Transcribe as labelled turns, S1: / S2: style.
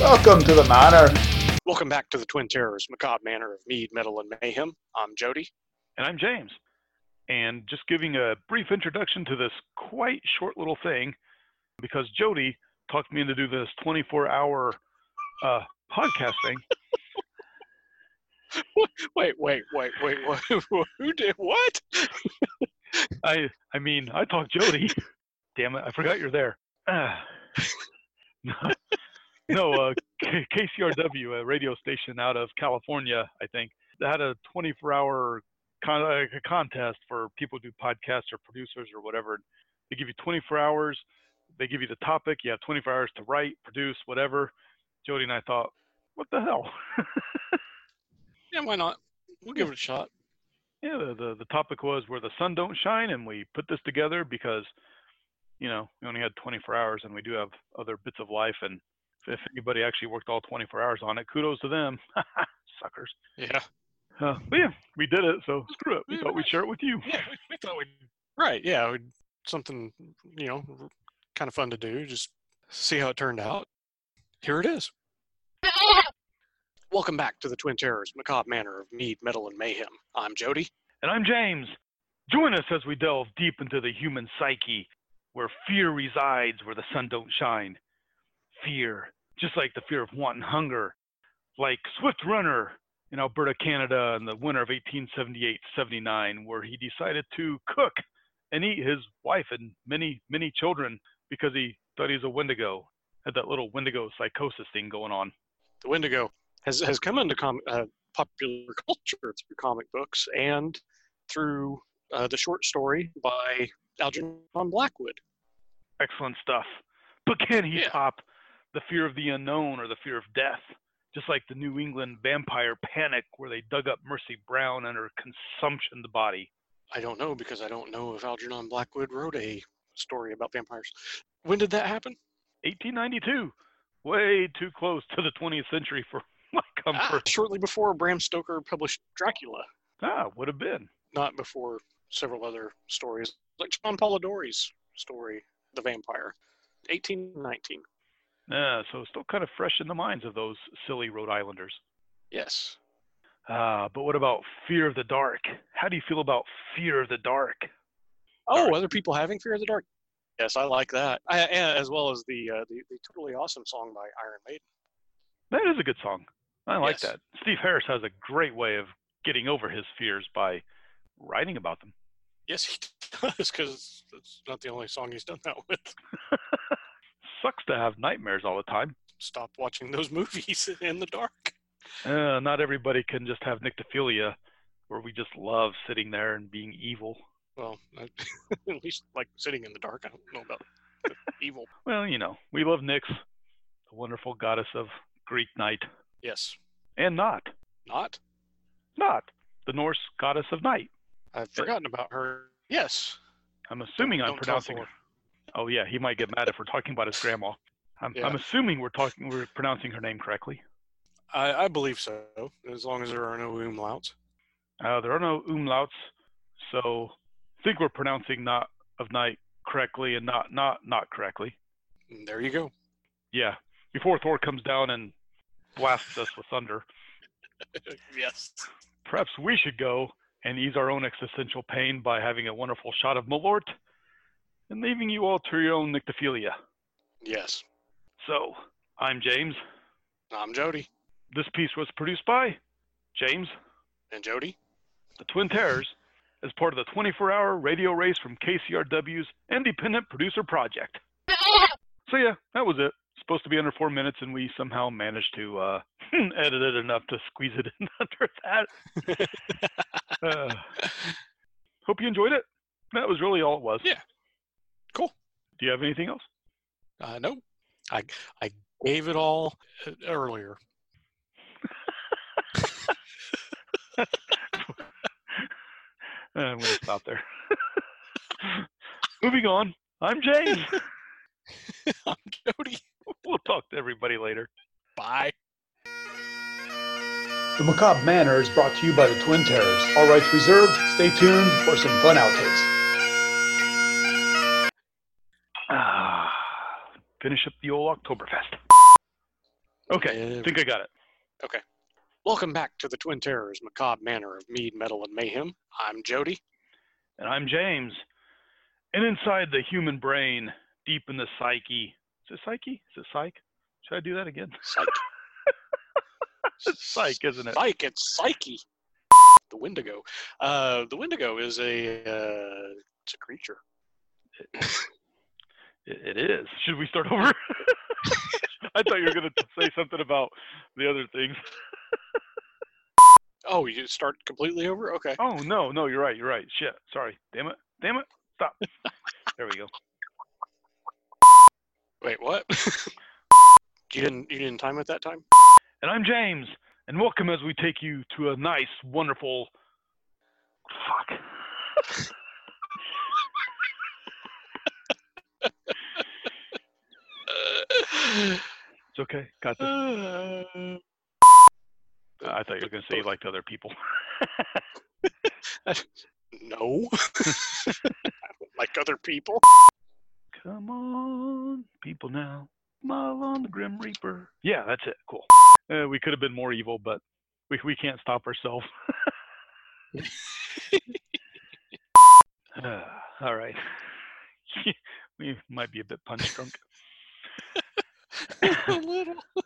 S1: Welcome to the Manor.
S2: Welcome back to the Twin Terrors, macabre manor of mead, metal, and mayhem. I'm Jody.
S3: And I'm James. And just giving a brief introduction to this quite short little thing because Jody talked me into do this 24 hour uh, podcast thing.
S2: Wait, wait, wait, wait, wait. Who did what?
S3: I, I mean, I talked Jody. Damn it, I forgot you're there. Ah. no, no uh, K- KCRW, a radio station out of California, I think, they had a 24 hour con- uh, a contest for people who do podcasts or producers or whatever. They give you 24 hours. They give you the topic. You have 24 hours to write, produce, whatever. Jody and I thought, what the hell?
S2: Yeah, why not? We'll give it a shot.
S3: yeah, the, the, the topic was where the sun don't shine, and we put this together because, you know, we only had 24 hours, and we do have other bits of life. And if, if anybody actually worked all 24 hours on it, kudos to them, suckers.
S2: Yeah.
S3: Uh, but yeah, we did it, so screw it. We thought we'd share it with you.
S2: Yeah, we, we thought we'd. Right, yeah. We'd, something, you know, kind of fun to do. Just see how it turned out. Here it is. Welcome back to the Twin Terrors, macabre manor of mead, metal, and mayhem. I'm Jody.
S3: And I'm James. Join us as we delve deep into the human psyche, where fear resides where the sun don't shine. Fear, just like the fear of want and hunger, like Swift Runner in Alberta, Canada, in the winter of 1878-79, where he decided to cook and eat his wife and many, many children because he thought he was a Wendigo, had that little Wendigo psychosis thing going on.
S2: the Wendigo has has come into com- uh, popular culture through comic books and through uh, the short story by Algernon Blackwood.
S3: excellent stuff. But can he
S2: Yeah.
S3: top the fear of the unknown or the fear of death? Just like the New England vampire panic, where they dug up Mercy Brown and her consumptioned body.
S2: I don't know because I don't know if Algernon Blackwood wrote a story about vampires. When did that happen?
S3: 1892, way too close to the 20th century for my
S2: Ah,
S3: comfort.
S2: shortly before Bram Stoker published Dracula,
S3: Ah, would have been.
S2: not before several other stories like John Polidori's story, The Vampire, 1819.
S3: Ah, so still kind of fresh in the minds of those silly Rhode Islanders.
S2: Yes.
S3: Ah, but what about fear of the dark? How do you feel about fear of the dark?
S2: Oh,
S3: Dark.
S2: other people having fear of the dark. Yes, I like that. I, a- as well as the, uh, the the totally awesome song by Iron Maiden.
S3: That is a good song. I like
S2: Yes.
S3: that. Steve Harris has a great way of getting over his fears by writing about them.
S2: Yes, he does because it's not the only song he's done that with.
S3: Sucks to have nightmares all the time.
S2: Stop watching those movies in the dark.
S3: Uh, not everybody can just have nyctophilia, where we just love sitting there and being evil.
S2: Well, I, at least like sitting in the dark. I don't know about evil.
S3: Well, you know, we love Nyx, the wonderful goddess of Greek night,
S2: Yes,
S3: and not,
S2: not.
S3: not the Norse goddess of night.
S2: I've forgotten about her. Yes.
S3: I'm assuming I'm
S2: Don't tell
S3: pronouncing.
S2: Thor.
S3: Oh yeah, he might get mad if we're talking about his grandma. I'm,
S2: Yeah.
S3: I'm assuming we're talking, we're pronouncing her name correctly.
S2: I, I believe so, as long as there are no umlauts.
S3: Uh, there are no umlauts, so I think we're pronouncing not of night correctly and not not not correctly.
S2: And There you go.
S3: Yeah, before Thor comes down and blasts us with thunder,
S2: yes.
S3: perhaps we should go and ease our own existential pain by having a wonderful shot of Malort and leaving you all to your own nyctophilia.
S2: Yes.
S3: So, I'm James.
S2: I'm Jody
S3: This piece was produced by James
S2: and Jody.
S3: the Twin Terrors, as part of the 24 hour radio race from KCRW's Independent Producer Project. so, yeah, that was it. Supposed to be under four minutes, and we somehow managed to uh, edit it enough to squeeze it in under that. Uh, hope you enjoyed it. That was really all it was.
S2: Yeah. Cool.
S3: Do you have anything else?
S2: Uh, no, I I gave it all uh, earlier.
S3: Uh, I'm going to stop there. Moving on. I'm James.
S2: I'm Jody.
S3: we'll talk to everybody later.
S2: Bye.
S1: The Macabre Manor is brought to you by the Twin Terrors. All rights reserved. Stay tuned for some fun outtakes.
S3: Ah, finish up the old Oktoberfest. Okay, I think I got it.
S2: Welcome back to the Twin Terrors Macabre Manor of Mead, Metal, and Mayhem. I'm Jody.
S3: And I'm James. And inside the human brain, deep in the psyche, is it psyche? Is it psych? Should I do that again?
S2: Psych.
S3: It's psych, isn't it?
S2: Psych, it's Psyche. The Wendigo. Uh, the Wendigo is a uh, it's a creature.
S3: It, it is. Should we start over? I thought you were going to say something about the other things.
S2: Oh, you start completely over? Okay.
S3: Oh no, no, you're right, you're right. Shit, sorry. Damn it, damn it, stop. there we go.
S2: Wait, what? you didn't you didn't time it that time?
S3: And I'm James, and welcome as we take you to a nice, wonderful. Fuck. It's okay. Got this.
S2: Uh,
S3: I thought you were gonna say you liked other people.
S2: no. I don't like other people.
S3: Come on, people now. Smile on the Grim Reaper. Yeah, that's it. Cool. Uh, we could have been more evil, but we we can't stop ourselves. Uh, all right. we might be a bit punch drunk.
S2: a little.